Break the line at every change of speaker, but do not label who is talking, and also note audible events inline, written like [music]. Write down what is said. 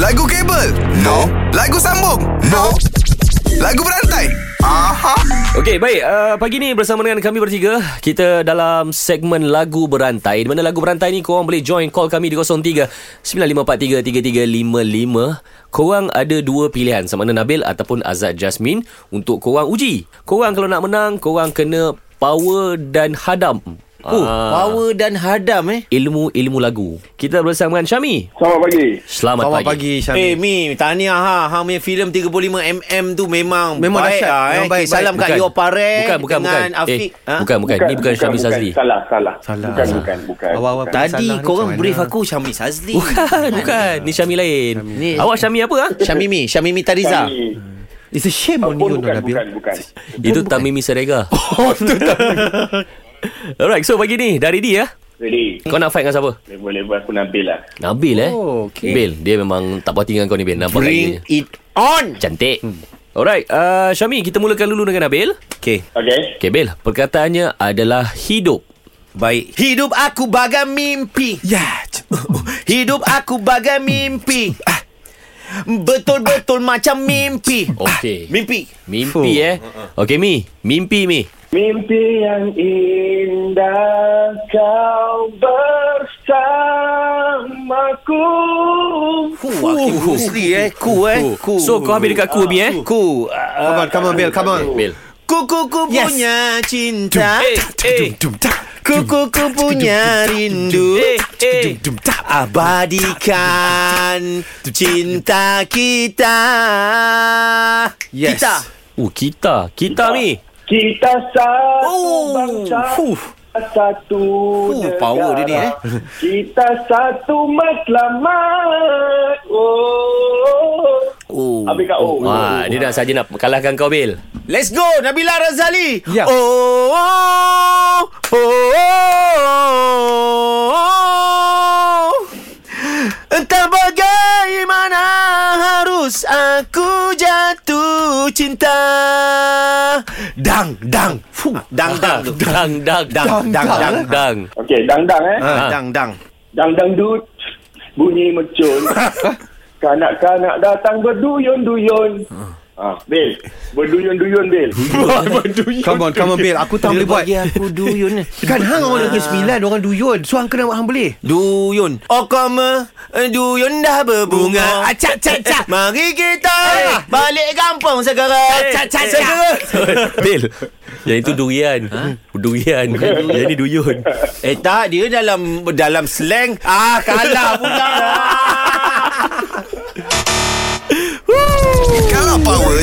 Lagu kabel? No. Lagu sambung? No. Lagu berantai? Aha.
Okey, baik. Uh, pagi ni bersama dengan kami bertiga, kita dalam segmen lagu berantai. Di mana lagu berantai ni korang boleh join call kami di 03 9543 3355. Korang ada dua pilihan sama ada Nabil ataupun Azad Jasmine untuk korang uji. Korang kalau nak menang, korang kena power dan hadam.
Oh,
Ah,
power dan hadam eh.
ilmu-ilmu lagu. Kita bersama dengan Syami.
Selamat pagi.
Selamat,
Selamat
pagi.
pagi, Syami.
Eh Mi, tahniah ha. Hang punya filem 35mm tu memang
Memang
baik
dahsyat.
lah, eh.
Memang baik,
Okay, Salam
baik.
kat Yo Pare
Bukan, bukan,
dengan
bukan.
Afiq. ha?
eh, bukan, bukan. Ini bukan, Syami Sazli.
Salah, salah.
Salah.
Bukan,
Salah.
bukan, bukan.
Awal-awal
bukan.
tak-
Tadi
Salah ni
korang
macam
brief
mana?
aku Syami Sazli.
Bukan, bukan. Ni Syami lain.
Ni-
Awak Syami apa? Ha?
Syamimi, Syamimi Tariza.
Syami.
It's a shame
Oh,
on you,
bukan,
Nabil.
bukan, bukan.
Itu Tamimi Serega. Oh, itu [laughs] Alright, so pagi ni dari dia.
Ready.
Kau nak fight dengan siapa?
Level-level aku Nabil lah.
Nabil eh.
Oh, okay.
Bil, dia memang tak puas hati dengan kau ni Bil. Nampak
Bring
lagi.
it on.
Cantik. Alright, uh, Syami, kita mulakan dulu dengan Nabil. Okay.
Okay.
Okay, Bil. Perkataannya adalah hidup.
Baik. Hidup aku bagai mimpi.
Yeah.
Hidup aku bagai mimpi. Betul-betul macam mimpi.
Okey.
Mimpi.
Mimpi
Fuh.
eh. Okay, Mi. Mimpi, Mi.
Mimpi yang indah kau bersamaku.
Fuh, Afiq Husri eh. Ku eh.
Oh.
Ku.
So, kau habis dekat aku, Mi eh.
Ku.
Come
Uh,
on, come on, Bill. Come on.
Bil.
ku ku ku
Yes.
punya cinta.
Eh, eh.
Ku ku ku punya rindu.
Eh, eh.
Abadikan cinta kita.
Yes.
Kita.
Oh, kita. Kita, Mi.
Kita satu
Oh,
bangsa.
fuh.
Satu
Fuh, power dia ni, eh.
Kita satu matlamat. Oh.
Oh.
Habis kat O.
Wah, Ah, dia dah saja nak kalahkan kau, Bil.
Let's go Nabila Razali.
Ya.
Oh, oh, oh, oh, oh. Entah bagaimana harus aku jatuh cinta. Dang dang. Fuh. Ah, Dang dang. tu.
Dang, dang,
Dang, dang,
dang,
dang.
dang.
Okey, dang-dang eh.
Ah, Dang dang.
Dang-dang dut. Bunyi mercun. Kanak-kanak datang berduyun-duyun. Ah, Bil. Berduyun-duyun, Bil.
Come on, come on, Bill. Aku tak boleh buat.
aku duyun.
Kan hang orang negeri sembilan, orang duyun. So hang kena hang boleh.
[laughs] Duyun. Oh koma duyun dah Ah, berbunga. Acak acak acak. Eh, Mari kita Eh, balik kampung segera. Acak acak acak. Segera.
Bil Yang itu durian Durian Yang ni duyun
Ha? Eh tak dia dalam dalam slang ah kalah pula.
Kalau power,